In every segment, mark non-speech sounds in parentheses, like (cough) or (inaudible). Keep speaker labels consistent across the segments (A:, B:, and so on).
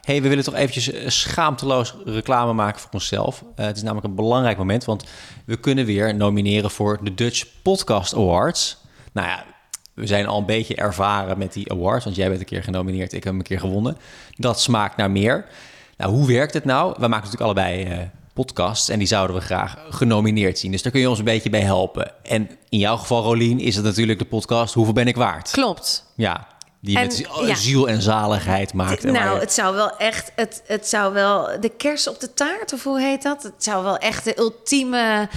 A: hey, we willen toch eventjes eh, schaamteloos reclame maken voor onszelf. Eh, het is namelijk een belangrijk moment, want we kunnen weer nomineren voor de Dutch Podcast Awards. Nou ja, we zijn al een beetje ervaren met die awards, want jij bent een keer genomineerd, ik heb hem een keer gewonnen. Dat smaakt naar meer. Nou, hoe werkt het nou? We maken natuurlijk allebei eh, podcasts en die zouden we graag genomineerd zien. Dus daar kun je ons een beetje bij helpen. En in jouw geval, Rolien, is het natuurlijk de podcast Hoeveel ben ik waard?
B: Klopt.
A: Ja, die
B: En,
A: met
B: ja.
A: ziel en zaligheid maakt. en waar
B: nou,
A: je-
B: het zou wel echt, het, het zou wel de kers op de taart, of hoe heet dat? Het zou wel echt de ultieme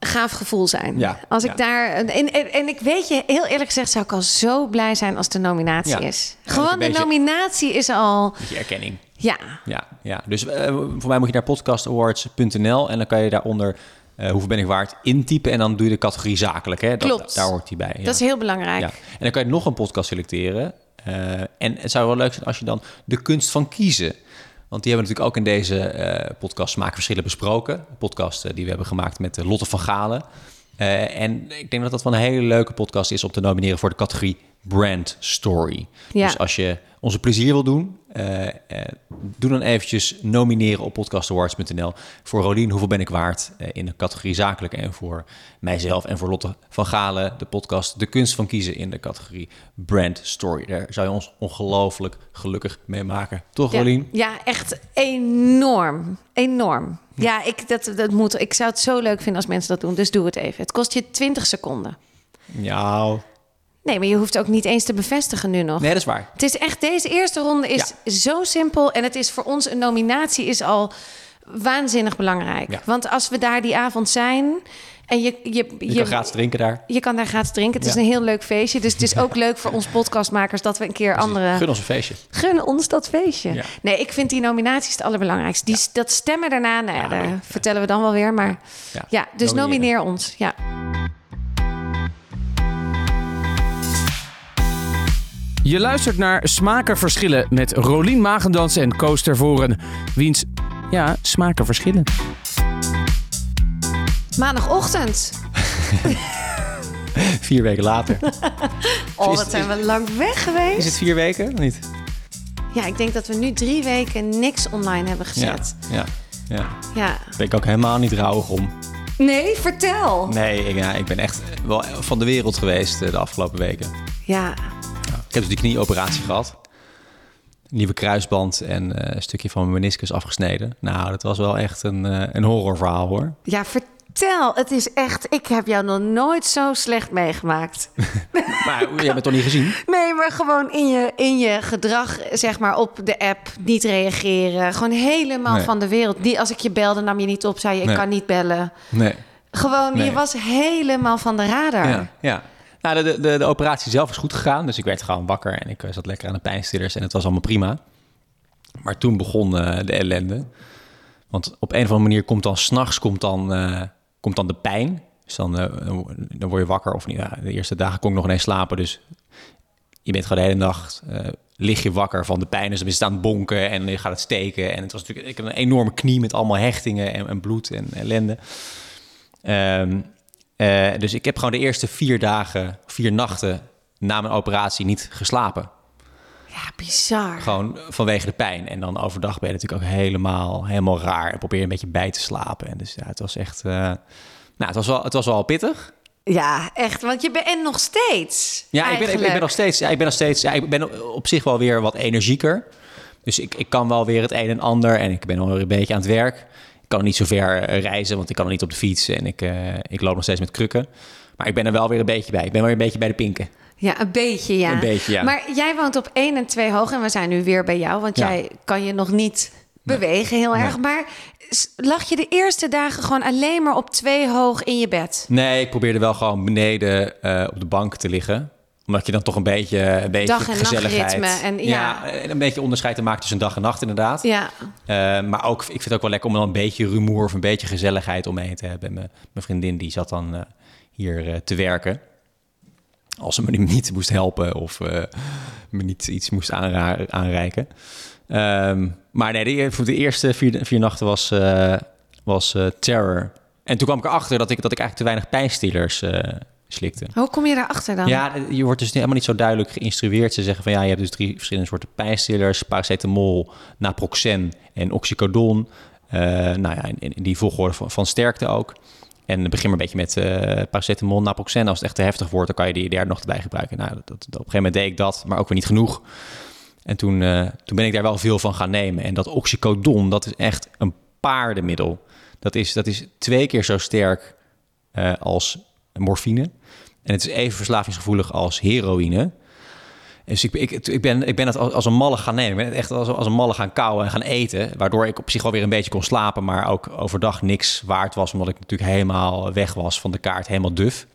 B: gaaf gevoel zijn.
A: Ja,
B: als
A: ja.
B: ik daar, en, en, en ik weet je, heel eerlijk gezegd zou ik al zo blij zijn als de nominatie
A: Ja.
B: is.
A: Ja,
B: Gewoon
A: een
B: de
A: beetje-
B: nominatie is al,
A: die erkenning.
B: ja,
A: Ja, ja. dus eh, voor mij moet je naar podcastawards.nl en dan kan je daaronder eh, hoeveel ben ik waard intypen en dan doe je de categorie zakelijk. Hè? Dat,
B: Klopt.
A: Daar hoort die bij. Ja.
B: dat is heel belangrijk.
A: ja. En dan kan je nog een podcast selecteren. eh, en het zou wel leuk zijn als je dan de kunst van kiezen. Want die hebben we natuurlijk ook in deze eh podcast Smaakverschillen besproken. Een podcast eh, die we hebben gemaakt met eh, Lotte van Galen. Eh, en ik denk dat dat wel een hele leuke podcast is om te nomineren voor de categorie Brand Story.
B: Ja.
A: Dus als je onze plezier wil doen, eh, eh, doe dan eventjes nomineren op podcastawards.nl voor Rolien, hoeveel ben ik waard eh, in de categorie zakelijk en voor mijzelf en voor Lotte van Galen, de podcast De Kunst van Kiezen in de categorie Brand Story. Daar zou je ons ongelooflijk gelukkig mee maken. Toch,
B: Ja,
A: Rolien?
B: ja, echt enorm. Enorm. Ja, ik, dat, dat moet, ik zou het zo leuk vinden als mensen dat doen. Dus doe het even. Het kost je 20 seconden.
A: Ja.
B: Nee, maar je hoeft ook niet eens te bevestigen nu nog.
A: Nee, dat is waar.
B: Het is echt, deze eerste ronde is zo simpel. En het is voor ons een nominatie is al waanzinnig belangrijk.
A: Ja.
B: Want als we daar die avond zijn en je, je,
A: Je, kan gratis drinken daar.
B: je kan daar gratis drinken. Het is
A: Ja.
B: een heel leuk feestje. Dus het
A: (laughs)
B: is ook leuk voor ons podcastmakers dat we een keer andere...
A: Gun ons een feestje.
B: Gun ons dat feestje.
A: Ja.
B: Nee, ik vind die nominaties het allerbelangrijkste. Die, Dat stemmen daarna, nou ja,
A: Ja,
B: daar
A: maar-
B: vertellen we dan wel weer. Maar
A: Ja,
B: ja, dus
A: nomineren.
B: nomineer ons. Ja.
C: Je luistert naar Smaken Verschillen met Rolien Magendans en Koos Tervoren. Wiens, ja, smaken verschillen.
B: Maandagochtend.
A: (laughs) Vier weken later.
B: Oh,
A: Is-
B: wat zijn we lang weg geweest.
A: Is het vier weken? Of niet?
B: Ja, ik denk dat we nu drie weken niks online hebben gezet.
A: Ja. ja.
B: Ja.
A: Daar ben ik ook helemaal niet rouwig om.
B: Nee, vertel.
A: Nee, ik, ja, ik ben echt wel van de wereld geweest eh, de afgelopen weken.
B: Ja.
A: Ik heb dus die knieoperatie gehad. Nieuwe kruisband en eh, een stukje van mijn meniscus afgesneden. Nou, dat was wel echt een, eh, een horrorverhaal hoor.
B: ja, vertel. Het is echt, ik heb jou nog nooit zo slecht meegemaakt.
A: Maar jij hebt het toch niet gezien?
B: Nee, maar gewoon in je, in je gedrag, zeg maar, op de app niet reageren. Gewoon helemaal
A: Nee.
B: van de wereld. Die, als ik je belde, nam je niet op, zei je, ik
A: Nee.
B: kan niet bellen.
A: Nee.
B: Gewoon,
A: Nee.
B: je was helemaal van de radar.
A: Ja. ja. Nou, de, de, de operatie zelf is goed gegaan. Dus ik werd gewoon wakker en ik eh, zat lekker aan de pijnstillers en het was allemaal prima. Maar toen begon eh, de ellende. Want op een of andere manier komt dan s'nachts komt dan, eh, komt dan de pijn. Dus dan, eh, dan word je wakker of niet. Ja, de eerste dagen kon ik nog ineens slapen. Dus je bent gewoon de hele nacht eh, lig je wakker van de pijn. Dus dan is het aan het bonken en je gaat het steken. En het was natuurlijk ik heb een enorme knie met allemaal hechtingen en, en bloed en ellende. Ehm, eh, dus ik heb gewoon de eerste vier dagen, vier nachten na mijn operatie niet geslapen.
B: Ja, bizar.
A: Gewoon vanwege de pijn. En dan overdag ben je natuurlijk ook helemaal, helemaal raar. En probeer je een beetje bij te slapen. En dus ja, het was echt... eh, nou, het was, wel, het was wel pittig.
B: Ja, echt. Want je bent en nog steeds.
A: Ja, ik ben, ik, ik ben
B: eigenlijk.
A: nog steeds... Ja, ik ben, nog steeds ja, ik ben op zich wel weer wat energieker. Dus ik, ik kan wel weer het een en ander. En ik ben al een beetje aan het werk. Ik kan niet zo ver eh, reizen, want ik kan niet op de fiets. En ik, eh, ik loop nog steeds met krukken. Maar ik ben er wel weer een beetje bij. Ik ben wel weer een beetje bij de pinken.
B: Ja, een beetje, ja.
A: Een beetje, ja.
B: Maar jij woont op 1 en 2 hoog en we zijn nu weer bij jou, want
A: Ja.
B: jij kan je nog niet bewegen heel erg. Maar s- lag je de eerste dagen gewoon alleen maar op 2 hoog in je bed?
A: Nee, ik probeerde wel gewoon beneden eh, op de bank te liggen. Omdat je dan toch een beetje, een beetje
B: Dag- en
A: gezelligheid...
B: nachtritme en- ja.
A: en een beetje onderscheid te maken tussen dag en nacht inderdaad.
B: Ja,
A: Eh, maar ook, ik vind het ook wel lekker om dan een beetje rumoer of een beetje gezelligheid om me heen te hebben. En Mijn, mijn vriendin die zat dan eh, hier eh, te werken. Als ze me nu (laughs) niet moest helpen of eh, me niet iets moest aanra- aanreiken. Ehm, maar nee, de, voor de eerste vier, vier nachten was, eh, was eh, terror. En toen kwam ik erachter dat ik, dat ik eigenlijk te weinig pijnstillers eh, slikte.
B: Hoe kom je daarachter dan?
A: Ja, je wordt dus helemaal niet zo duidelijk geïnstrueerd. Ze zeggen van ja, je hebt dus drie verschillende soorten pijnstillers: paracetamol, naproxen en oxycodon. Eh, nou ja, in, in die volgorde van, van sterkte ook. En begin maar een beetje met eh, paracetamol, naproxen. Als het echt te heftig wordt, dan kan je die daar nog bij gebruiken. Nou, dat, dat- op een gegeven moment deed ik dat, maar ook weer niet genoeg. En toen, eh, toen ben ik daar wel veel van gaan nemen. En dat oxycodon, dat is echt een paardenmiddel. Dat is, dat is twee keer zo sterk eh, als morfine. En het is even verslavingsgevoelig als heroïne. Dus ik, ik, ik, ben, ik ben het als, als een malle gaan nemen. Ik ben het echt als, als een malle gaan kauwen en gaan eten. Waardoor ik op zich wel weer een beetje kon slapen. Maar ook overdag niks waard was. Omdat ik natuurlijk helemaal weg was van de kaart. Helemaal duf.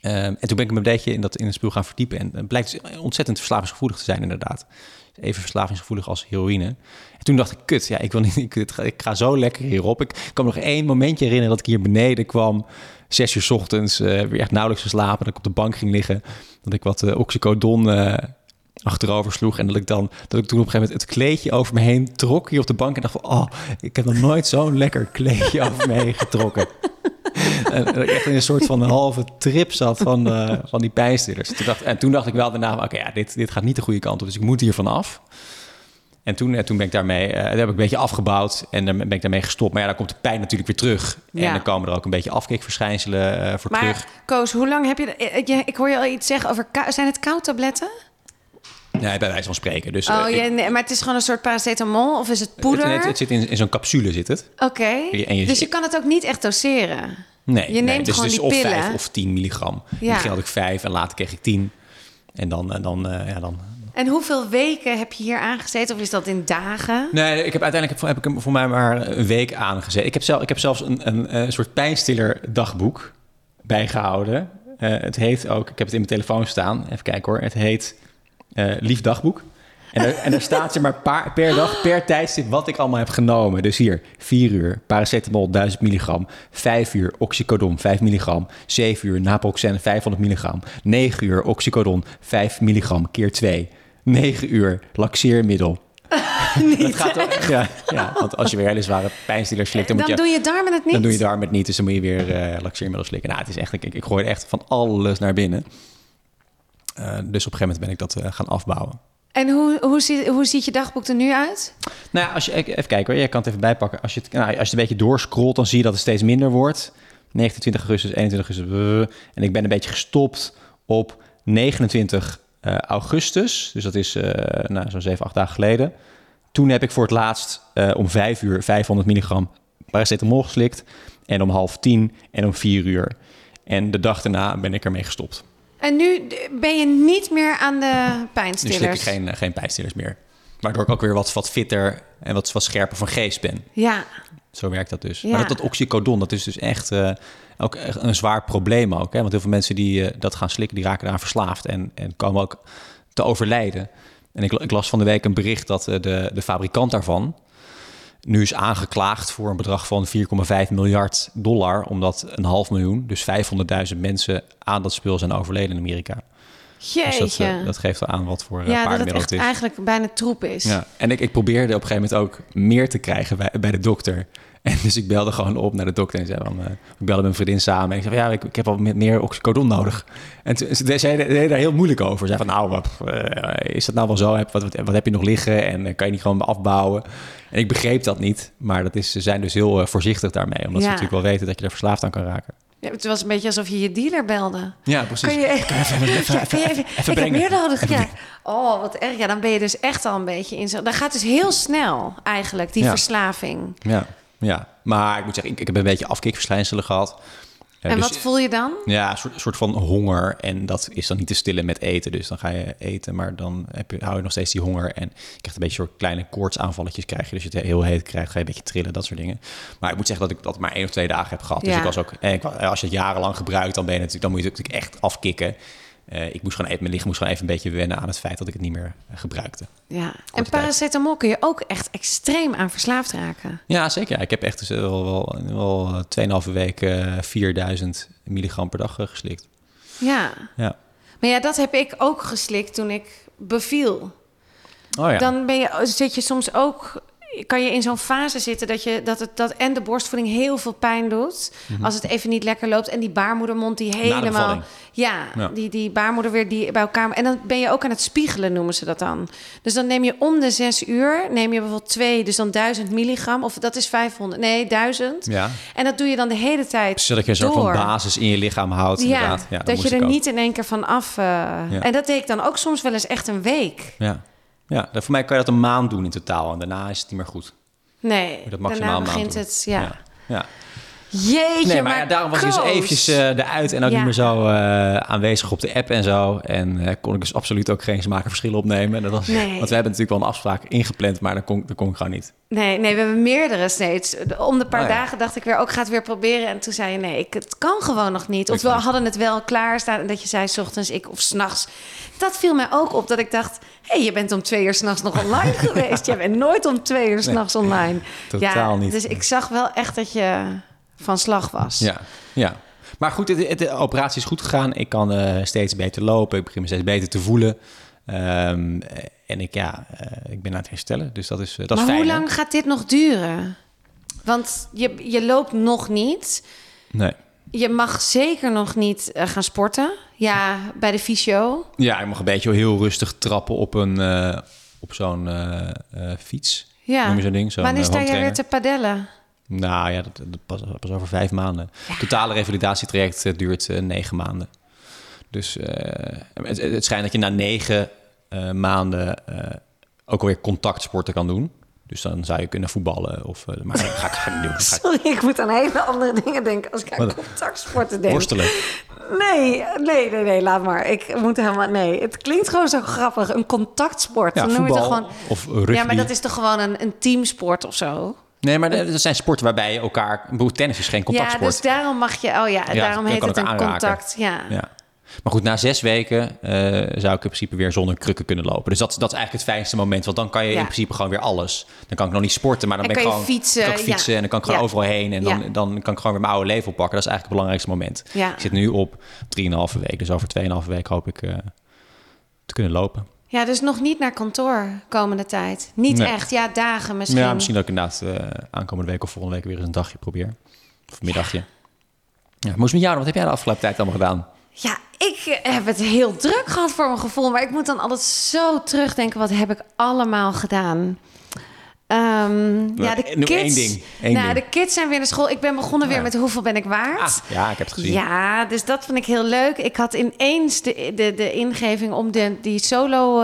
A: Ehm, en toen ben ik me een beetje in, dat, in het spul gaan verdiepen. En het blijkt dus ontzettend verslavingsgevoelig te zijn inderdaad. Even verslavingsgevoelig als heroïne. En toen dacht ik, kut, ja, ik, wil niet, (laughs) ik, het ga- ik ga zo lekker hierop. Ik, kan me nog één momentje herinneren dat ik hier beneden kwam. Zes uur 's ochtends, eh, weer echt nauwelijks geslapen. Dat ik op de bank ging liggen. Dat ik wat eh, oxycodon eh, achterover sloeg. En dat ik dan, dat ik toen op een gegeven moment het kleedje over me heen trok hier op de bank. En dacht van, oh, ik heb nog nooit zo'n lekker kleedje (laughs) over me heen getrokken. En (laughs) dat ik echt in een soort van halve trip zat van, eh, van die pijnstillers. Toen dacht, en toen dacht ik wel daarna, oké, ja, dit, dit gaat niet de goede kant op, dus ik moet hier vanaf. En toen, eh, toen ben ik daarmee, eh, daar heb ik een beetje afgebouwd en dan ben ik daarmee gestopt. Maar ja, dan komt de pijn natuurlijk weer terug.
B: Ja.
A: En dan komen er ook een beetje afkikverschijnselen eh, voor terug.
B: maar Koos, hoe lang heb je... eh, je- Ik hoor je al iets zeggen over... kou- Zijn het koudtabletten?
A: Nee, bij wijze van spreken. Dus, eh,
B: Oh,
A: ik-
B: je, nee, maar het is gewoon een soort paracetamol of is het poeder?
A: Het, het, het zit in, in zo'n capsule, zit het?
B: Oké,
A: en je-
B: dus je kan het ook niet echt doseren.
A: Nee,
B: Je
A: nee,
B: neemt
A: dus,
B: gewoon
A: dus
B: die
A: of
B: pillen.
A: 5 of 10 milligram. In het
B: Ja.
A: begin had ik 5 en later kreeg ik 10. En dan, en dan, eh, ja, dan,
B: En hoeveel weken heb je hier aangezeten? Of is dat in dagen?
A: Nee, ik heb uiteindelijk heb, heb ik hem voor mij maar een week aangezet. Ik heb, zelf, ik heb zelfs een, een, eh, soort pijnstiller dagboek bijgehouden. Eh, het heet ook, ik heb het in mijn telefoon staan, even kijken hoor. Het heet eh, Lief Dagboek. En daar, en daar staat ze maar paar- per dag, per tijdstip, wat ik allemaal heb genomen. Dus hier, 4 uur paracetamol 1000 milligram. 5 uur oxycodon 5 milligram. 7 uur naproxen 500 milligram. 9 uur oxycodon 5 milligram keer 2. 9 uur laxeermiddel (laughs) dat gaat toch echt? Ja, ja, want als je weer hele zware pijnstillers slikt, dan,
B: Dan
A: moet je,
B: doe je darmen het niet.
A: dan doe je darm het niet. Dus dan moet je weer eh laxeermiddel slikken. Nou, het is echt, ik, ik gooi er echt van alles naar binnen. Eh, dus op een gegeven moment ben ik dat eh, gaan afbouwen.
B: En hoe, hoe, ziet, hoe ziet je dagboek er nu uit?
A: Nou ja, als je, even kijken hoor, jij kan het even bijpakken. Als je het, nou, als je het een beetje doorscrollt, dan zie je dat het steeds minder wordt. 29 augustus, 21 augustus. brrr. en ik ben een beetje gestopt op 29 eh, augustus. Dus dat is eh, nou, zo'n 7, 8 dagen geleden. Toen heb ik voor het laatst eh, om 5 uur 500 milligram paracetamol geslikt. En om half 10 en om 4 uur. En de dag daarna ben ik ermee gestopt.
B: En nu d- ben je niet meer aan de
A: Nu slik ik
B: pijnstillers.
A: geen, eh, geen pijnstillers meer. Waardoor ik ook weer wat, wat fitter en wat, wat scherper van geest ben.
B: Ja,
A: Zo werkt dat dus.
B: Ja.
A: Maar dat, dat oxycodon, dat is dus echt eh, ook echt een zwaar probleem ook. Hè? Want heel veel mensen die eh, dat gaan slikken, die raken eraan verslaafd en, en komen ook te overlijden. En ik, ik las van de week een bericht dat eh, de, de fabrikant daarvan nu is aangeklaagd voor een bedrag van 4,5 miljard dollar. Omdat een half miljoen, dus 500.000 mensen aan dat spul zijn overleden in Amerika.
B: jeetje.
A: Dus dat, eh, dat geeft al aan wat voor eh,
B: ja, dat het
A: paardenmiddel
B: echt
A: het is.
B: eigenlijk bijna troep is.
A: Ja, en ik, ik probeerde op een gegeven moment ook meer te krijgen bij, bij de dokter. (laughs) En dus ik belde gewoon op naar de dokter en zei van... eh, ik belde mijn vriendin samen en ik zei van... ja, ik, ik heb al met meer oxycodon nodig. En toen, ze ze zei zei daar heel moeilijk over. Ze zei van, nou, wat, eh, is dat nou wel zo? Heb- Wat, wat, wat heb je nog liggen? En eh, kan je niet gewoon afbouwen? En ik begreep dat niet. Maar dat is, ze zijn dus heel eh, voorzichtig daarmee. Omdat ze
B: Ja.
A: natuurlijk wel weten dat je er verslaafd aan kan raken.
B: Ja, het was een beetje alsof je je dealer belde.
A: Ja, precies.
B: Kan je even, ja, kan je even- ik heb
A: brengen.
B: meer nodig. Ja. Oh, wat erg. Ja, dan ben je dus echt al een beetje in. zo- Dat gaat dus heel snel eigenlijk, die
A: Ja.
B: verslaving.
A: Ja, ja. maar ik moet zeggen, ik, ik heb een beetje afkikverschijnselen gehad. Eh,
B: en
A: dus-
B: wat voel je dan?
A: Ja, een soort, soort van honger. En dat is dan niet te stillen met eten. Dus dan ga je eten, maar dan heb je, hou je nog steeds die honger. En je krijgt een beetje soort kleine koortsaanvalletjes krijg je. Dus je het heel heet krijgt, ga je een beetje trillen, dat soort dingen. Maar ik moet zeggen dat ik dat maar één of twee dagen heb gehad. Dus
B: Ja.
A: ik was ook... En ik, wa- als je het jarenlang gebruikt, dan, ben je natuurlijk, dan moet je het natuurlijk echt afkicken. Eh, ik moest gewoon even, mijn lichaam moest gewoon even een beetje wennen aan het feit dat ik het niet meer eh, gebruikte.
B: Ja. En
A: tijd.
B: paracetamol kun je ook echt extreem aan verslaafd raken.
A: Ja, zeker. Ja, Ik heb echt dus eh, wel, wel, wel eh, 2,5 weken eh, 4000 milligram per dag eh, geslikt.
B: Ja.
A: Ja.
B: Maar ja, dat heb ik ook geslikt toen ik beviel.
A: Oh ja.
B: Dan ben je, zit je soms ook kan je in zo'n fase zitten dat, je, dat, het, dat en de borstvoeding heel veel pijn doet.
A: Mhm.
B: Als het even niet lekker loopt. En die baarmoedermond die helemaal.
A: bevalling.
B: Ja,
A: Ja.
B: Die, die baarmoeder weer die bij elkaar. En dan ben je ook aan het spiegelen, noemen ze dat dan. Dus dan neem je om de zes uur, neem je bijvoorbeeld twee, dus dan 1000 milligram. Of dat is 500, nee, 1000.
A: Ja.
B: En dat doe je dan de hele tijd.
A: Zodat je een soort van
B: door.
A: basis in je lichaam houdt.
B: Ja,
A: inderdaad. Ja,
B: dat
A: moest
B: je er
A: ik ook.
B: niet in één keer van af. eh, En dat deed ik dan ook soms wel eens echt een week.
A: Ja. ja, dat- voor mij kan je dat een maand doen in totaal. En daarna is het niet meer goed. Moet
B: Nee,
A: je dat maximaal
B: daarna
A: een maand
B: begint
A: doen.
B: het. Ja.
A: ja. Ja.
B: Jeetje,
A: Nee, maar
B: maar
A: ja, daarom was ik dus
B: Koos.
A: eventjes eh eruit en ook
B: Ja.
A: niet meer zo eh, aanwezig op de app en zo. En eh, kon ik dus absoluut ook geen smakenverschillen opnemen. Dat was,
B: Nee.
A: Want we hebben natuurlijk wel een afspraak ingepland, maar dat kon, dat kon ik gewoon niet.
B: Nee, nee, we hebben meerdere steeds. Om de paar
A: Nou ja.
B: dagen dacht ik weer, ook ga het weer proberen. En toen zei je, nee, ik, het kan gewoon nog niet. Of
A: kan
B: we
A: niet.
B: hadden het wel klaarstaan. En dat je zei, 's ochtends ik of 's nachts. Dat viel mij ook op, dat ik dacht... hé, hey, je bent om twee uur s'nachts nog online (laughs) geweest. Je bent nooit om twee uur s'nachts online.
A: Totaal
B: ja,
A: niet.
B: Dus ik zag wel echt dat je van slag was.
A: Ja, ja. Maar goed, het, het- de operatie is goed gegaan. Ik kan eh, steeds beter lopen. Ik begin me steeds beter te voelen. Ehm, eh, en ik, ja, eh, ik ben aan het herstellen. Dus dat is, eh, dat
B: maar
A: is fijn.
B: hoe
A: hè?
B: lang gaat dit nog duren? Want je, je loopt nog niet.
A: Nee.
B: Je mag zeker nog niet eh, gaan sporten. Ja, bij de fysio.
A: Ja, ik mag een beetje heel rustig trappen op, een, eh, op zo'n eh, eh, fiets.
B: Ja.
A: Noem je zo'n ding? Zo'n,
B: Wanneer
A: eh,
B: sta jij
A: home
B: weer
A: trainer.
B: te padellen?
A: Nou ja, dat, dat pas, pas over vijf maanden. Totale revalidatietraject eh, duurt eh, negen maanden. Dus eh, het, het schijnt dat je na negen eh, maanden eh, ook alweer contactsporten kan doen. Dus dan zou je kunnen voetballen of... eh, maar dat ga ik ga ik niet doen. Dat Ga
B: (laughs) Sorry, ik moet aan hele andere dingen denken als ik aan
A: Wat?
B: contactsporten
A: ik
B: denk.
A: worstelen.
B: Nee, nee, nee, nee, laat maar. Ik moet helemaal... Nee, het klinkt gewoon zo grappig. Een contactsport.
A: Ja,
B: Dan noem je het
A: voetbal
B: toch gewoon...
A: of rugby.
B: Ja, maar dat is toch gewoon een, een teamsport of zo?
A: Nee, maar dat zijn sporten waarbij je elkaar... ik bedoel, Tennis is geen
B: Ja,
A: contactsport.
B: dus daarom mag je... Oh ja, daarom
A: je
B: heet
A: kan
B: het een
A: elkaar aanraken.
B: contact. Ja.
A: Ja. Maar goed, na zes weken eh, zou ik in principe weer zonder krukken kunnen lopen. Dus dat, dat is eigenlijk het fijnste moment. Want dan kan je
B: Ja.
A: in principe gewoon weer alles. Dan kan ik nog niet sporten, maar dan
B: En
A: ben ik
B: kan je
A: gewoon...
B: fietsen,
A: kan ik fietsen en
B: ja.
A: dan kan ik gewoon
B: Ja.
A: overal heen. En dan,
B: Ja.
A: dan kan ik gewoon weer mijn oude leven oppakken. Dat is eigenlijk het belangrijkste moment.
B: Ja.
A: Ik zit nu op 3,5 week. Dus over 2,5 week hoop ik eh, te kunnen lopen.
B: Ja, dus nog niet naar kantoor komende tijd. Niet
A: Nee.
B: echt. Ja, dagen misschien.
A: Ja, misschien dat ik inderdaad eh, aankomende week of volgende week weer eens een dagje probeer. Of een middagje. Ja, moest met jou dan? Wat heb jij de afgelopen tijd allemaal gedaan?
B: Ja, ik eh, heb het heel druk gehad voor mijn gevoel. Maar ik moet dan altijd zo terugdenken. Wat heb ik allemaal gedaan? Ehm, ja, de
A: noem
B: kids.
A: Nou, één ding, één
B: nou,
A: ding. Nou
B: de kids zijn weer naar school. Ik ben begonnen weer
A: Ja.
B: met hoeveel ben ik waard?
A: Ah, ja, ik heb het gezien.
B: Ja, dus dat vond ik heel leuk. Ik had ineens de, de, de ingeving om de, die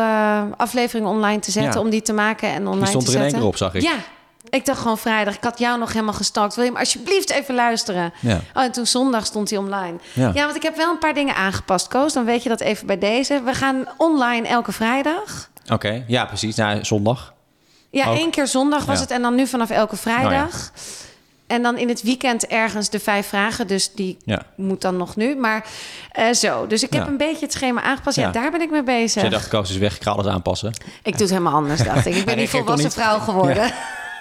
B: solo-aflevering online te zetten.
A: Ja.
B: Om die te maken en online
A: Die stond
B: te
A: er in één
B: zetten.
A: keer op, zag ik.
B: Ja, ik dacht gewoon vrijdag. Ik had jou nog helemaal gestalkt. Wil je hem alsjeblieft even luisteren?
A: Ja.
B: Oh, en toen zondag stond hij online.
A: Ja.
B: Ja. want ik heb wel een paar dingen aangepast, Koos. Dan weet je dat even bij deze. We gaan online elke vrijdag.
A: Oké, ja precies. Na zondag.
B: Ja,
A: Ook.
B: één keer zondag was
A: Ja. Nou
B: het. En dan nu vanaf elke vrijdag. En dan in het weekend ergens de vijf vragen. Dus die
A: Ja.
B: moet dan nog nu. Maar eh, zo. Dus ik heb
A: Ja.
B: een beetje het schema aangepast. Ja,
A: Ja.
B: daar ben ik mee
A: Dus
B: bezig.
A: jij dacht, Koos is weg, ik ga alles aanpassen.
B: Ik doe het helemaal anders,
A: (laughs)
B: dacht ik. Ik ben
A: reageert
B: die
A: toch
B: volwassen
A: niet?
B: vrouw geworden.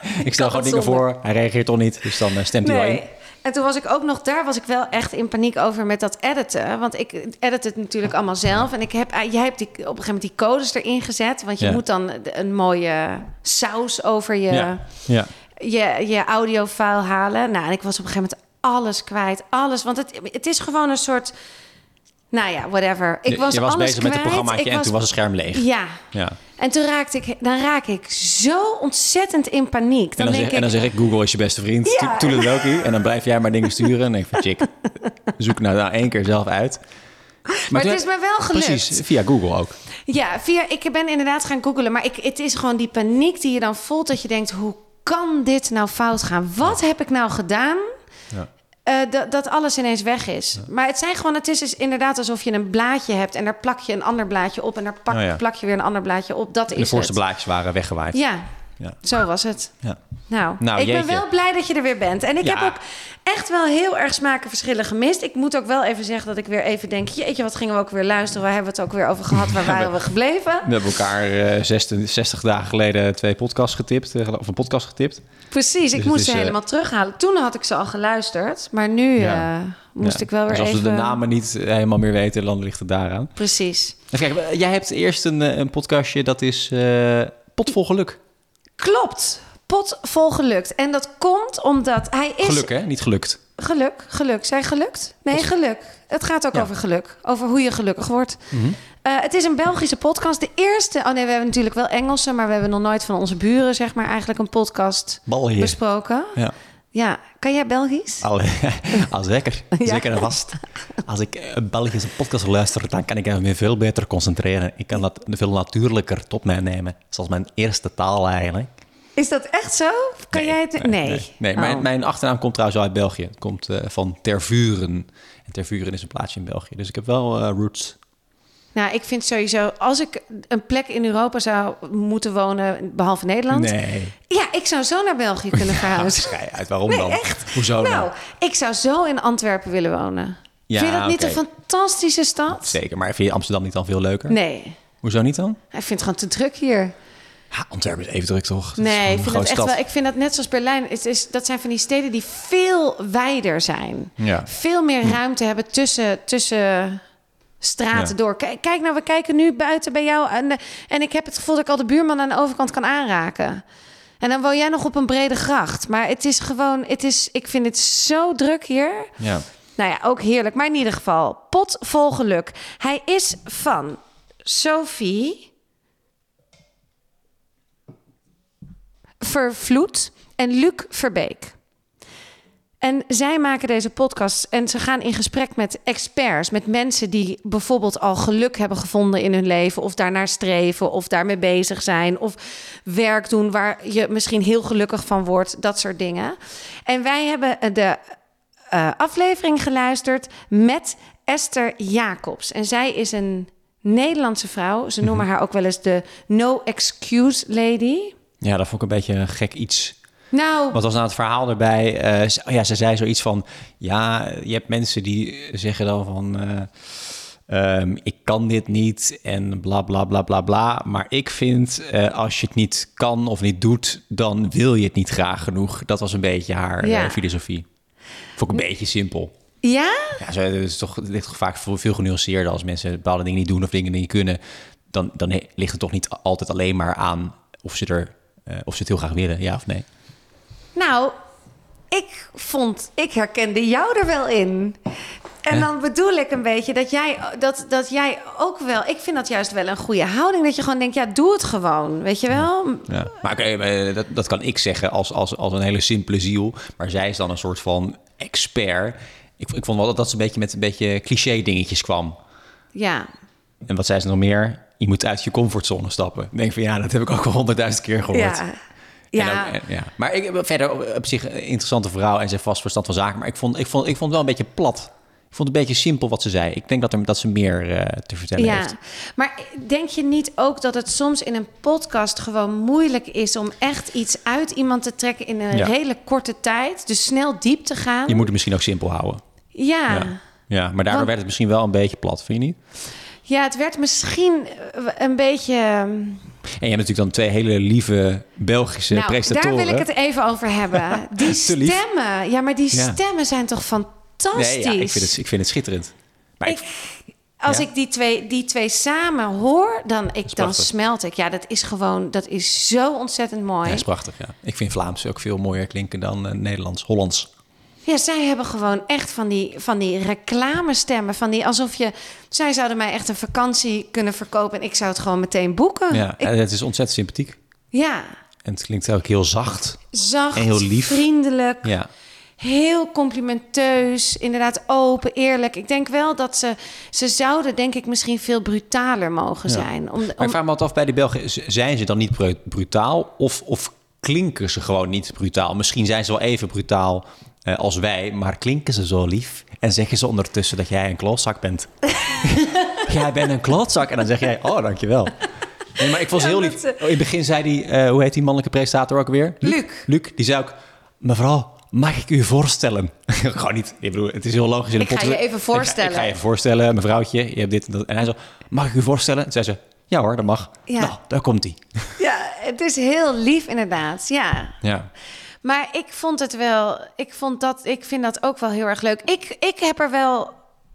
A: Ik stel
B: kan
A: gewoon
B: het
A: dingen
B: zonder.
A: voor, hij reageert toch niet, dus dan eh, stemt hij wel in.
B: Nee. En toen was ik ook nog, daar was ik wel echt in paniek over met dat editen. Want ik edit het natuurlijk allemaal zelf. En ik heb, eh, jij hebt die, op een gegeven moment die codes erin gezet. Want je
A: Ja.
B: moet dan de- een mooie saus over je,
A: Ja, ja.
B: je, je audiofile halen. Nou, en ik was op een gegeven moment alles kwijt. Alles. Want het, het is gewoon een soort. Nou ja, whatever. Ik
A: Je-
B: was,
A: je was
B: alles
A: bezig met
B: kwijt.
A: het programmaatje
B: Ik
A: en toen was het scherm leeg.
B: Ja.
A: Ja.
B: En toen raakte ik, dan raak ik zo ontzettend in paniek.
A: En, dan zeg,
B: denk
A: en dan
B: ik,
A: zeg ik, Google is je beste vriend,
B: Ja.
A: ja. toedeledokie. En dan blijf jij maar dingen sturen. En ik van,
B: (laughs)
A: chick, zoek nou, nou één keer zelf uit. Maar,
B: maar
A: toen-
B: het is me wel gelukt.
A: Precies, via Google ook.
B: Ja, via, ik ben inderdaad gaan googelen. Maar ik, het is gewoon die paniek die je dan voelt. Dat je denkt, hoe kan dit nou fout gaan? Wat heb ik nou gedaan?
A: Ja.
B: eh, dat, dat alles ineens weg is. Maar het zijn gewoon, het is dus inderdaad alsof je een blaadje hebt en daar plak je een ander blaadje op en daar pak,
A: Oh ja.
B: plak je weer een ander blaadje op. Dat
A: De
B: is
A: voorste
B: het.
A: blaadjes waren weggewaaid.
B: Ja,
A: Ja.
B: zo was het.
A: Ja.
B: Nou,
A: Nou,
B: ik ben
A: jeetje.
B: wel blij dat je er weer bent. En ik
A: Ja.
B: heb ook echt wel heel erg smakenverschillen gemist. Ik moet ook wel even zeggen dat ik weer even denk... jeetje, wat gingen we ook weer luisteren? Waar hebben we het ook weer over
A: (laughs)
B: gehad? Waar waren we gebleven?
A: We hebben elkaar eh, 16 60 dagen geleden twee podcasts getipt. eh, of een podcast getipt.
B: Precies, ik
A: het
B: moest
A: is,
B: ze
A: eh,
B: helemaal terughalen. Toen had ik ze al geluisterd, maar nu
A: Ja.
B: eh, moest
A: Ja.
B: ik wel weer
A: dus als
B: even...
A: we de namen niet eh, helemaal meer weten, dan ligt het daaraan.
B: Precies.
A: Even kijken, jij hebt eerst een, eh, een podcastje dat is eh Pot vol eh, geluk.
B: Klopt. pot vol gelukt. En dat komt omdat hij is...
A: Geluk, hè? Niet gelukt.
B: Geluk, geluk. Zijn gelukt? Nee, geluk. Het gaat ook
A: Ja. Mhm.
B: over geluk. Over hoe je gelukkig wordt. Eh, het is een Belgische podcast. De eerste... Oh nee, we hebben natuurlijk wel Engelse... maar we hebben nog nooit van onze buren, zeg maar... eigenlijk een podcast
A: Bal hier.
B: besproken.
A: Ja.
B: Ja, kan jij Belgisch?
A: Al, (laughs) al zeker.
B: Ja.
A: Zeker en vast. Als ik eh, een Belgische podcast luister, dan kan ik me veel beter concentreren. Ik kan dat veel natuurlijker tot mij nemen. Zoals mijn eerste taal eigenlijk.
B: Is dat echt zo? Kan jij het... Nee.
A: Nee, nee. Mijn,
B: Oh.
A: mijn achternaam komt trouwens wel uit België. Het komt eh, van Tervuren. En Tervuren is een plaatsje in België. Dus ik heb wel eh, roots.
B: Nou, ik vind sowieso... Als ik een plek in Europa zou moeten wonen... behalve Nederland... (laughs)
A: Nee.
B: Ja, ik zou zo naar België
A: (laughs)
B: kunnen verhuizen.
A: Schei uit, waarom
B: Nee,
A: dan?
B: echt.
A: Hoezo dan?
B: nou, ik zou zo in Antwerpen willen wonen.
A: Ja,
B: vind je dat niet
A: oké.
B: een fantastische stad?
A: Zeker, maar vind je Amsterdam niet dan veel leuker?
B: Nee,
A: Hoezo niet dan?
B: ik vind het gewoon te druk hier.
A: Ja, Antwerpen is even druk, toch? Het is gewoon
B: Nee, ik
A: een
B: vind,
A: grote
B: dat echt
A: stad.
B: wel, ik vind dat net zoals Berlijn. Het is, dat zijn van die steden die veel wijder zijn.
A: Ja. Hm.
B: Veel meer ruimte hebben tussen, tussen straten
A: Ja.
B: door. Kijk, kijk nou, we kijken nu buiten bij jou. En, en ik heb het gevoel dat ik al de buurman aan de overkant kan aanraken. En dan woon jij nog op een brede gracht. Maar het is gewoon, het is, ik vind het zo druk hier.
A: Ja.
B: Nou ja, ook heerlijk. Maar in ieder geval, pot vol geluk. Hij is van Sophie Vervloed en Luc Verbeek. En zij maken deze podcast en ze gaan in gesprek met experts, met mensen die bijvoorbeeld al geluk hebben gevonden in hun leven, of daarnaar streven, of daarmee bezig zijn, of werk doen waar je misschien heel gelukkig van wordt, dat soort dingen. En wij hebben de eh, aflevering geluisterd met Esther Jacobs. En zij is een Nederlandse vrouw. Ze noemen
A: Mhm.
B: haar ook wel eens de No Excuse Lady.
A: ja, dat vond ik een beetje een gek iets.
B: Nou,
A: Want als nou het verhaal erbij, eh, ze- oh ja, ze zei zoiets van, ja, je hebt mensen die zeggen dan van, eh, ehm, ik kan dit niet en bla bla bla bla bla. Maar ik vind, eh, als je het niet kan of niet doet, dan wil je het niet graag genoeg. Dat was een beetje haar
B: Ja.
A: eh, filosofie. Vond ik een beetje simpel.
B: ja?
A: Ja, zo, het, is toch, het ligt toch vaak veel, veel genuanceerder als mensen bepaalde dingen niet doen of dingen die niet kunnen. Dan, dan he- ligt het toch niet altijd alleen maar aan of ze, er, eh, of ze het heel graag willen, ja of nee.
B: Nou, ik vond, ik herkende jou er wel in. En
A: Hè?
B: dan bedoel ik een beetje dat jij, dat, dat jij ook wel... Ik vind dat juist wel een goede houding. Dat je gewoon denkt, ja, doe het gewoon. Weet je wel?
A: Ja. Maar oké, eh, dat, dat kan ik zeggen als, als, als een hele simpele ziel. Maar zij is dan een soort van expert. Ik, ik vond wel dat, dat ze een beetje met een beetje cliché dingetjes kwam.
B: Ja.
A: En wat zei ze nog meer? Je moet uit je comfortzone stappen. Ik denk van ja, dat heb ik ook al honderdduizend keer gehoord.
B: Ja.
A: En
B: Ja.
A: ook- en- ja. Maar ik, verder eh, op zich een interessante vrouw en zijn vast verstand van zaken. Maar ik vond, ik vond, ik vond het wel een beetje plat. Ik vond het een beetje simpel wat ze zei. Ik denk dat, er, dat ze meer eh, te vertellen
B: Ja,
A: heeft.
B: maar denk je niet ook dat het soms in een podcast gewoon moeilijk is om echt iets uit iemand te trekken in een
A: Ja.
B: hele korte tijd? Dus snel diep te gaan.
A: Je moet het misschien ook simpel houden. Ja.
B: ja. ja.
A: Ja, maar daardoor
B: Ah. Want-
A: werd het misschien wel een beetje plat, vind je niet?
B: het werd misschien eh, een beetje. ehm,
A: En je hebt natuurlijk dan twee hele lieve Belgische
B: nou, daar
A: presentatoren.
B: wil ik het even over
A: (laughs)
B: hebben. Die
A: Te lief.
B: stemmen. Ja, maar die
A: Ja.
B: stemmen zijn toch fantastisch?
A: Nee, ja, ik, vind het, ik vind het schitterend. Maar ik,
B: Als
A: Ja.
B: ik die twee, die twee samen hoor, dan, ik, dan
A: prachtig.
B: smelt ik. Ja, dat is gewoon, dat is zo ontzettend mooi.
A: ja, is prachtig, ja. Ik vind Vlaams ook veel mooier klinken dan eh, Nederlands, Hollands.
B: Ja, zij hebben gewoon echt van die, van die reclamestemmen. Van die, alsof je... Zij zouden mij echt een vakantie kunnen verkopen... en ik zou het gewoon meteen boeken.
A: Ja,
B: Oh, Ik-
A: en het is ontzettend sympathiek.
B: ja.
A: En het klinkt ook heel zacht.
B: zacht,
A: En heel lief.
B: vriendelijk,
A: Ja,
B: heel complimenteus. Inderdaad open, eerlijk. Ik denk wel dat ze... Ze zouden denk ik misschien veel brutaler mogen
A: Ja.
B: zijn. Om,
A: Maar
B: om-
A: ik vraag me altijd af, bij die Belgen, z- zijn ze dan niet bru- brutaal? Of, of klinken ze gewoon niet brutaal? Misschien zijn ze wel even brutaal eh, als wij, maar klinken ze zo lief? En zeggen ze ondertussen dat jij een klootzak bent? (laughs) jij bent een klootzak. En dan zeg jij, oh, dankjewel. Nee, maar ik vond ze
B: Ja,
A: heel
B: dat
A: lief.
B: ze-
A: Oh, in het begin zei die, eh, hoe heet die mannelijke presentator ook weer?
B: Luc.
A: Luc, die zei ook, mevrouw... Mag ik u voorstellen? (laughs) Gewoon niet. Ik bedoel, het is heel logisch. In de
B: Ik ga
A: podcast-
B: je even
A: Ik ga- Ik ga,
B: voorstellen.
A: je voorstellen, mevrouwtje. Je hebt dit en dat. En hij zo, mag ik u voorstellen? En zei ze, ja hoor, dat mag.
B: Ja.
A: Nou, daar komt hij.
B: Ja, het is heel lief inderdaad. Ja,
A: Ja.
B: Maar ik vond het wel. Ik vond dat. Ik vind dat ook wel heel erg leuk. Ik, ik heb er wel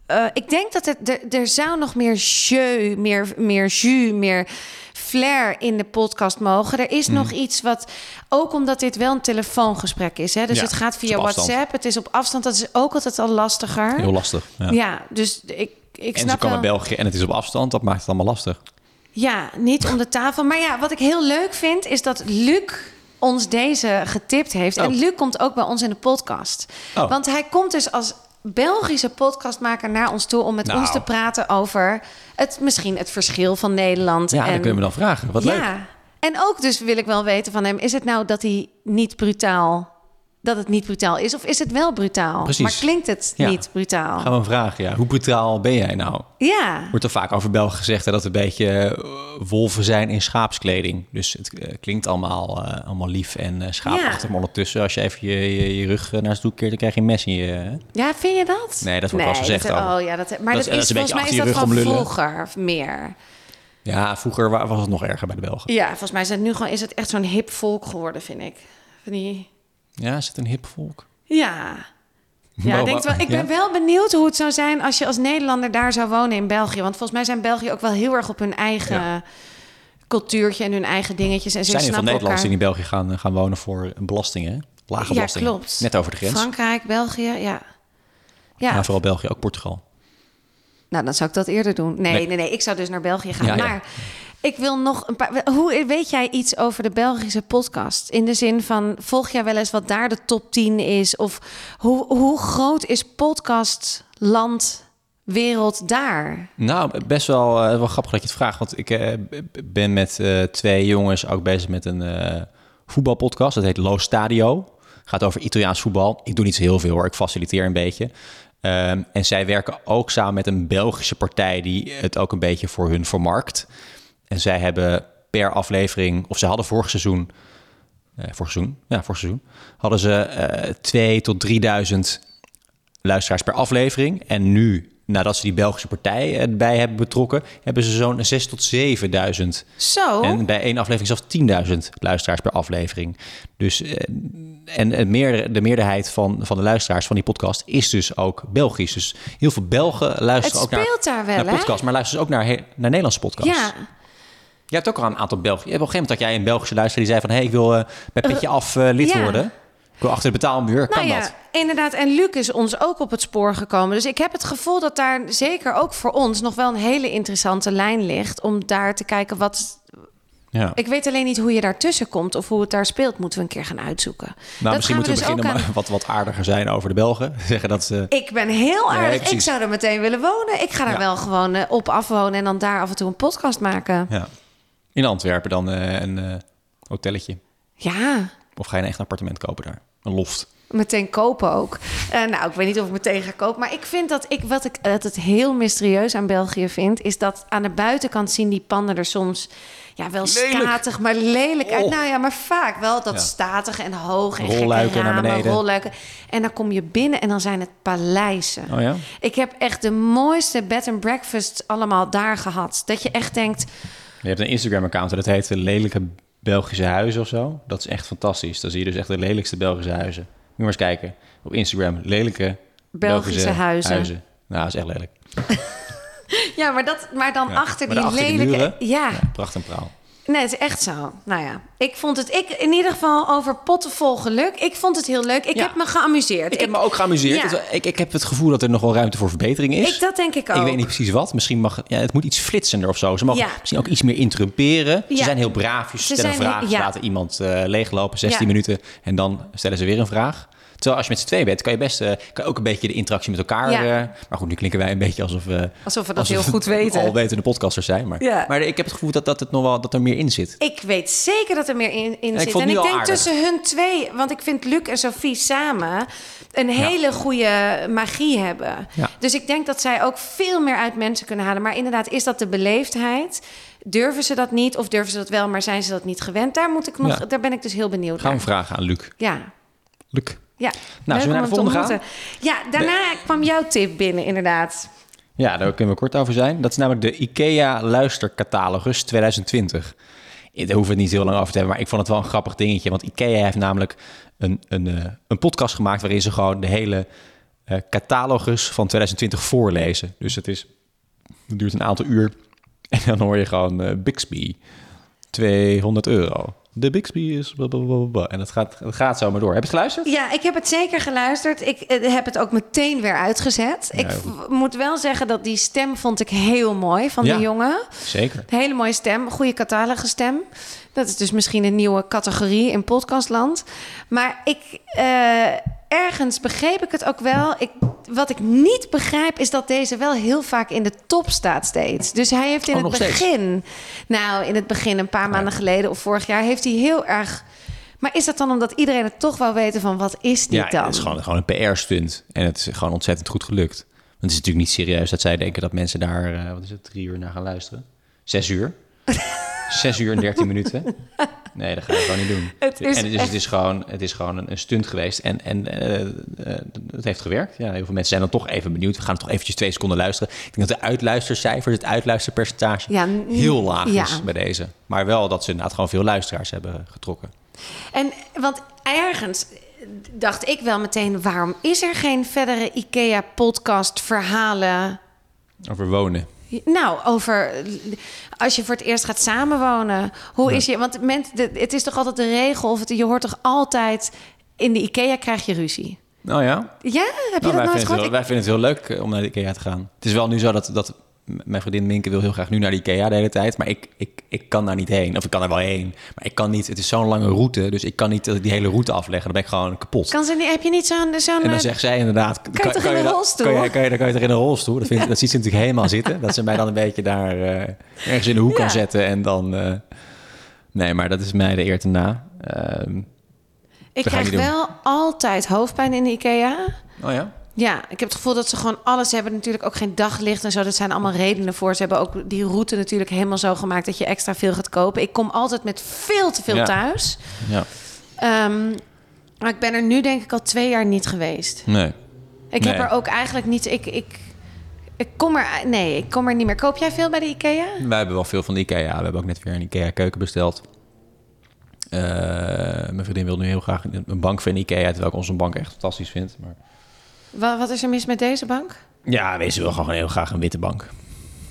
B: eh, ik denk dat het, er, er zou nog meer jeu, meer, meer jus, meer flair in de podcast mogen. Er is
A: Mhm.
B: nog iets wat, ook omdat dit wel een telefoongesprek is. Hè? Dus
A: Ja,
B: het gaat
A: het is
B: via
A: op afstand.
B: WhatsApp, het is op afstand. Dat is ook altijd al lastiger.
A: Heel lastig. Ja.
B: ja. dus ik, ik
A: en
B: snap
A: ze kwam
B: wel.
A: uit België en het is op afstand. Dat maakt het allemaal lastig.
B: Ja, niet om de tafel. Maar ja, wat ik heel leuk vind, is dat Luc ons deze getipt heeft. En
A: Oh.
B: Luc komt ook bij ons in de podcast.
A: Oh.
B: Want hij komt dus als Belgische podcastmaker naar ons toe... om met
A: Nou.
B: ons te praten over het, misschien het verschil van Nederland.
A: Ja,
B: en,
A: dan kunnen we dan vragen. Wat leuk.
B: Ja, en ook dus wil ik wel weten van hem... is het nou dat hij niet brutaal... dat het niet brutaal is? Of is het wel brutaal?
A: Precies.
B: Maar klinkt het
A: Ja.
B: niet brutaal?
A: Gaan we hem vragen, ja. Hoe brutaal ben jij nou?
B: Ja.
A: Wordt er vaak over Belgen gezegd hè, dat we een beetje eh, wolven zijn in schaapskleding. Dus het eh, klinkt allemaal, eh, allemaal lief en eh schaapachtig.
B: Ja.
A: Maar ondertussen, als je even je, je, je rug eh, naar ze toe keert, dan krijg je een mes in je... eh.
B: Ja, vind je dat?
A: Nee, dat wordt wel eens gezegd
B: dat-
A: al.
B: Oh ja, dat, maar
A: Dat
B: dat,
A: is- dat
B: is,
A: is een
B: volgens
A: beetje
B: mij
A: achter je
B: is dat
A: rug
B: van
A: om lullen.
B: vroeger meer.
A: Ja, vroeger wa- was het nog erger bij de Belgen.
B: Ja, volgens mij is het nu gewoon is het echt zo'n hip volk geworden, vind ik. Van die,
A: Ja, is het een hip volk?
B: ja. Ja,
A: Wow,
B: ik, denk
A: wow.
B: wel, ik ben
A: Ja?
B: wel benieuwd hoe het zou zijn als je als Nederlander daar zou wonen in België. Want volgens mij zijn België ook wel heel erg op hun eigen
A: Ja.
B: cultuurtje en hun eigen dingetjes. En
A: Er
B: ze
A: zijn heel veel
B: snappen
A: Nederlanders die
B: elkaar.
A: in België gaan, eh, gaan wonen voor belastingen. hè? Lage
B: Ja,
A: belastingen.
B: klopt.
A: Net over de grens.
B: Frankrijk, België, ja.
A: Ja.
B: Ja,
A: vooral België, ook Portugal.
B: Nou, dan zou ik dat eerder doen. Nee,
A: Nee.
B: nee, nee. ik zou dus naar België gaan.
A: Ja, ja.
B: maar ik wil nog een paar. Hoe weet jij iets over de Belgische podcast? In de zin van volg jij wel eens wat daar de top 10 is? Of hoe, hoe groot is podcast land wereld daar?
A: Nou, best wel, eh, wel grappig dat je het vraagt. Want ik eh, b- b- ben met eh, twee jongens ook bezig met een eh, voetbalpodcast. Dat heet Lo Stadio. Gaat over Italiaans voetbal. Ik doe niet zo heel veel hoor. Ik faciliteer een beetje. Ehm, en zij werken ook samen met een Belgische partij die het ook een beetje voor hun vermarkt. En zij hebben per aflevering, of ze hadden vorig seizoen, eh, vorig seizoen, ja, vorig seizoen, hadden ze eh 2 tot 3000 luisteraars per aflevering. En nu, nadat ze die Belgische partij eh, erbij hebben betrokken, hebben ze zo'n 6 tot 7000.
B: Zo.
A: En bij één aflevering zelfs 10.000 luisteraars per aflevering. Dus eh, en het meerder- de meerderheid van, van de luisteraars van die podcast is dus ook Belgisch. Dus heel veel Belgen luisteren
B: Het
A: ook
B: speelt
A: naar,
B: daar wel,
A: naar
B: hè?
A: podcasts, maar luisteren ze ook naar, he- naar Nederlandse podcasts.
B: ja, nou
A: Jij hebt ook al een aantal Belgen. Je hebt op een gegeven moment dat jij een Belgische luisteraar die zei van... hé, hey, ik wil eh, bij Petje Af eh, lid
B: ja.
A: worden. Ik wil achter de betaalmuur. Kan
B: nou ja,
A: dat?
B: inderdaad. En Luc is ons ook op het spoor gekomen. Dus ik heb het gevoel dat daar zeker ook voor ons nog wel een hele interessante lijn ligt. Om daar te kijken wat.
A: Ja.
B: Ik weet alleen niet hoe je daartussen komt of hoe het daar speelt. Moeten we een keer gaan uitzoeken.
A: Nou, misschien moeten we,
B: dus ook
A: beginnen
B: aan-
A: maar wat, wat aardiger zijn over de Belgen. (laughs) Zeggen dat ze...
B: Ik ben heel aardig. ik
A: precies.
B: zou er meteen willen wonen. Ik ga daar
A: Ja.
B: wel gewoon eh, op afwonen en dan daar af en toe een podcast maken.
A: Ja. In Antwerpen dan eh, een eh, hotelletje.
B: Ja,
A: Of ga je een echt appartement kopen daar? Een loft.
B: meteen kopen ook. Eh, nou, ik weet niet of ik meteen ga kopen. Maar ik vind dat ik, wat ik het heel mysterieus aan België vind, is dat aan de buitenkant zien die pannen er soms. Ja, wel
A: Lelijk.
B: statig, maar lelijk uit.
A: Oh.
B: Nou ja, maar vaak wel dat
A: Ja.
B: statig en hoog en
A: Rolluiken
B: gekke
A: naar
B: ramen,
A: beneden.
B: rolluiken. En dan kom je binnen en dan zijn het paleizen.
A: Oh ja?
B: Ik heb echt de mooiste bed and breakfast allemaal daar gehad. Dat je echt denkt,
A: Je hebt een Instagram-account en dat heet de Lelijke Belgische Huizen of zo. Dat is echt fantastisch. Dan zie je dus echt de lelijkste Belgische huizen. Moet je maar eens kijken. Op Instagram, lelijke
B: Belgische
A: Belgische,
B: huizen.
A: Nou, dat is echt lelijk.
B: Ja, maar, dat, maar dan
A: Ja,
B: achter
A: maar
B: die
A: daarachter die
B: lelijke...
A: muren?
B: ja.
A: Pracht en praal.
B: nee, het is echt zo. Nou ja, ik vond het... Ik, in ieder geval over potten vol geluk. Ik vond het heel leuk. Ik
A: Ja.
B: heb me geamuseerd.
A: Ik heb me ook geamuseerd.
B: Ja.
A: Het- Ik, ik heb het gevoel dat er nog wel ruimte voor verbetering is.
B: Ik- dat denk ik
A: Ik
B: ook.
A: weet niet precies wat. Misschien mag ja, het moet iets flitsender of zo. Ze mogen
B: Ja.
A: misschien ook iets meer interrumperen. Ze
B: Ja.
A: zijn heel braaf. Je
B: Ze
A: stellen
B: zijn-
A: vragen. Ze
B: ja.
A: laten iemand eh, leeglopen 16
B: Ja.
A: minuten. En dan stellen ze weer een vraag. Terwijl als je met z'n twee bent, kan je best eh, kan je ook een beetje de interactie met elkaar.
B: Ja.
A: eh, maar goed, nu klinken wij een beetje alsof, eh,
B: Alsof we dat heel
A: (laughs)
B: goed
A: we
B: weten.
A: Al weten de podcasters zijn. Maar,
B: Ja.
A: maar ik heb het gevoel dat, dat, het nog wel, dat er meer in zit.
B: Ik weet zeker dat er meer in, in
A: ik
B: zit.
A: vond
B: en
A: die
B: ik
A: al
B: denk
A: aardig.
B: tussen hun twee, want ik vind Luc en Sophie samen een hele goede magie hebben.
A: Ja.
B: Dus ik denk dat zij ook veel meer uit mensen kunnen halen. Maar inderdaad, is dat de beleefdheid? Durven ze dat niet? Of durven ze dat wel, maar zijn ze dat niet gewend? Daar, moet ik nog,
A: Ja.
B: daar ben ik dus heel benieuwd
A: Gaan
B: naar.
A: we vragen aan Luc.
B: Ja,
A: Luc.
B: ja.
A: Nou, zullen we naar
B: om
A: de
B: hem te
A: volgende
B: ontmoeten. Ja, daarna kwam jouw tip binnen, inderdaad.
A: Ja, daar kunnen we kort over zijn. Dat is namelijk de IKEA Luistercatalogus 2020. Ik- Daar hoeven we het niet heel lang over te hebben, maar ik vond het wel een grappig dingetje. Want IKEA heeft namelijk een, een, eh, een podcast gemaakt waarin ze gewoon de hele eh, catalogus van 2020 voorlezen. Dus het, is, het duurt een aantal uur en dan hoor je gewoon eh, Bixby, 200 euro. De Bixby is... blablabla. En het gaat, het gaat zo maar door. Heb je het geluisterd?
B: Ja, ik heb het zeker geluisterd. Ik eh, heb het ook meteen weer uitgezet. ik
A: heel goed.
B: v- moet wel zeggen dat die stem vond ik heel mooi van
A: Ja.
B: de jongen.
A: Zeker.
B: Hele mooie stem, goede catalogus stem. Dat is dus misschien een nieuwe categorie in podcastland. Maar ik, eh, ergens begreep ik het ook wel. Ik, wat ik niet begrijp is dat deze wel heel vaak in de top staat steeds. Dus hij heeft in
A: Oh,
B: het
A: nog steeds? Oh,
B: begin, nou in het begin een paar maanden geleden of vorig jaar, heeft hij heel erg. Maar is dat dan omdat iedereen het toch wel weten van wat is dit
A: ja,
B: dan?
A: het is gewoon, gewoon een PR-stunt. En het is gewoon ontzettend goed gelukt. Want het is natuurlijk niet serieus dat zij denken dat mensen daar, eh, wat is het, drie uur naar gaan luisteren. Zes
B: (laughs)
A: uur. Zes uur en dertien minuten. Nee, dat gaan we gewoon niet doen.
B: Het is
A: en het is, het is gewoon, het is gewoon een, een stunt geweest. En, en eh, eh, het heeft gewerkt. Ja, heel veel mensen zijn dan toch even benieuwd. We gaan toch eventjes twee seconden luisteren. Ik denk dat de uitluistercijfers, het uitluisterpercentage...
B: Ja, n-
A: heel laag
B: ja.
A: is bij deze. Maar wel dat ze inderdaad gewoon veel luisteraars hebben getrokken.
B: En want ergens dacht ik wel meteen, waarom is er geen verdere IKEA-podcast verhalen?
A: Over wonen.
B: Nou, over als je voor het eerst gaat samenwonen. Hoe is je? Want men, de- het is toch altijd de regel, of het, je hoort toch altijd in de IKEA krijg je ruzie.
A: Nou ja,
B: Ja, heb je
A: Nou, wij,
B: dat
A: vinden
B: nooit
A: het
B: gehoord?
A: heel, wij vinden het heel leuk eh, om naar de IKEA te gaan. Het is wel nu zo dat, dat m- mijn vriendin Minke wil heel graag nu naar de IKEA de hele tijd. Maar ik, ik, ik kan daar niet heen. Of ik kan er wel heen. Maar ik kan niet. Het is zo'n lange route. Dus ik kan niet eh, die hele route afleggen. Dan ben ik gewoon kapot.
B: Kan ze niet, heb je niet zo'n zo'n
A: en dan
B: eh,
A: zegt zij inderdaad... Kan,
B: toch in een
A: dat-
B: rolstoel?
A: Kan je, kan, je, dan kan je toch in een rolstoel? Dat, vind,
B: (laughs)
A: dat ziet ze natuurlijk helemaal zitten. Dat ze mij dan een beetje daar eh, ergens in de hoek
B: Ja.
A: kan zetten. En dan... eh, nee, maar dat is mij de eer te na. Ehm,
B: ik
A: dat ga ik
B: krijg
A: niet doen.
B: wel altijd hoofdpijn in de IKEA.
A: oh ja?
B: Ja, ik heb het gevoel dat ze gewoon alles ze hebben. Natuurlijk ook geen daglicht en zo. Dat zijn allemaal redenen voor. Ze hebben ook die route natuurlijk helemaal zo gemaakt dat je extra veel gaat kopen. Ik kom altijd met veel te veel
A: Ja.
B: thuis.
A: Ja.
B: Ehm, maar ik ben er nu denk ik al twee jaar niet geweest.
A: Nee.
B: Ik heb
A: Nee.
B: er ook eigenlijk niet. Ik, ik, ik kom er. Nee, ik kom er niet meer. Koop jij veel bij de IKEA?
A: Wij hebben wel veel van de IKEA. We hebben ook net weer een IKEA keuken besteld. Eh, mijn vriendin wil nu heel graag een een bank van IKEA, terwijl ik onze bank echt fantastisch vind. Maar...
B: Wat, wat is er mis met deze bank?
A: Ja, wees wil gewoon heel graag een witte bank.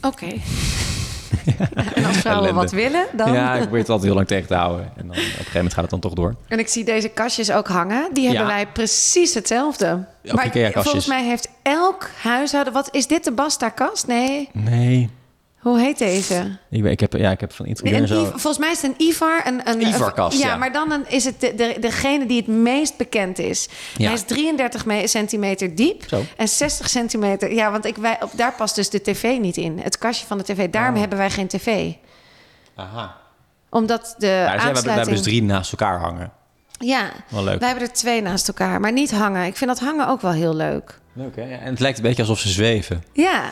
B: Oké. en als vrouwen
A: Ellende.
B: wat willen, dan.
A: Ja, ik probeer het altijd heel lang tegen te houden. En dan, op een gegeven moment gaat het dan toch door.
B: En ik zie deze kastjes ook hangen. Die hebben
A: Ja.
B: wij precies hetzelfde.
A: Ook IKEA-kastjes.
B: volgens mij heeft elk huishouden... Wat is dit, de Basta-kast? Nee,
A: Nee.
B: hoe heet deze?
A: Ik, weet- ik, heb, ja, ik heb van interieur
B: Een
A: zo...
B: I- volgens mij is het een Ivar. Een, een,
A: Ivar-kast,
B: ja,
A: ja.
B: maar dan een, is het de, de- degene die het meest bekend is.
A: Ja.
B: Hij is 33 me- centimeter diep
A: Zo.
B: en 60 centimeter... Ja, want ik, wij, op, daar past dus de tv niet in. Het kastje van de tv. Daarom
A: Oh.
B: hebben wij geen tv.
A: Aha.
B: Omdat de
A: Ja, dus ja, we, hebben, we hebben
B: Eh, aansluiting...
A: dus drie naast elkaar hangen.
B: Ja,
A: Wel leuk.
B: wij hebben er twee naast elkaar. Maar niet hangen. Ik vind dat hangen ook wel heel leuk.
A: Leuk, hè? Ja, En het lijkt een beetje alsof ze zweven.
B: Ja,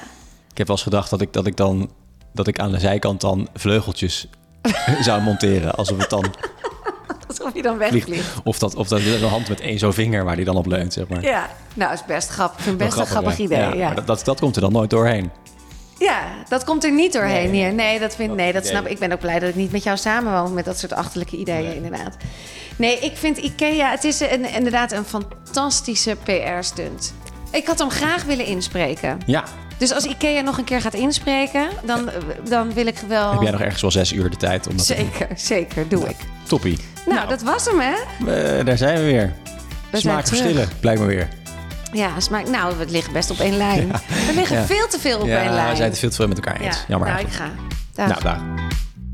A: Ik heb wel eens gedacht dat ik, dat ik dan dat ik aan de zijkant dan vleugeltjes (laughs) zou monteren. Alsof het dan
B: alsof je dan
A: vliegt.
B: wegvliegt.
A: Of dat, of dat een hand met één zo'n vinger waar die dan op leunt, zeg maar.
B: Ja, nou is best grappig. Ik vind
A: Wel
B: best een grappig
A: hè?
B: idee. Ja,
A: Ja, maar Dat, dat, dat komt er dan nooit doorheen.
B: Ja, dat komt er niet doorheen
A: Nee.
B: hier. Nee, dat, vind,
A: Dat
B: nee, dat
A: idee.
B: snap ik. Ik ben ook blij dat ik niet met jou samenwoon met dat soort achterlijke ideeën, inderdaad. Nee, ik vind IKEA, het is een, inderdaad een fantastische PR-stunt. Ik had hem graag willen inspreken.
A: Ja.
B: Dus als IKEA nog een keer gaat inspreken, dan, dan wil ik wel...
A: Heb jij nog ergens wel zes uur de tijd om dat te
B: Oh. Zeker, zeker, doe ik.
A: doen? Toppie.
B: Nou, dat was hem, hè?
A: Eh, daar zijn we weer.
B: We zijn
A: Smaakverschillen, blijkbaar weer.
B: Ja, smaak, nou, we liggen best op één lijn. We liggen
A: Ja.
B: veel te veel op één
A: ja,
B: lijn.
A: we zijn het veel te veel met elkaar eens.
B: Ja,
A: Jammer
B: nou, ik
A: eigenlijk.
B: ga.
A: Nou,
B: Dag.
A: dag.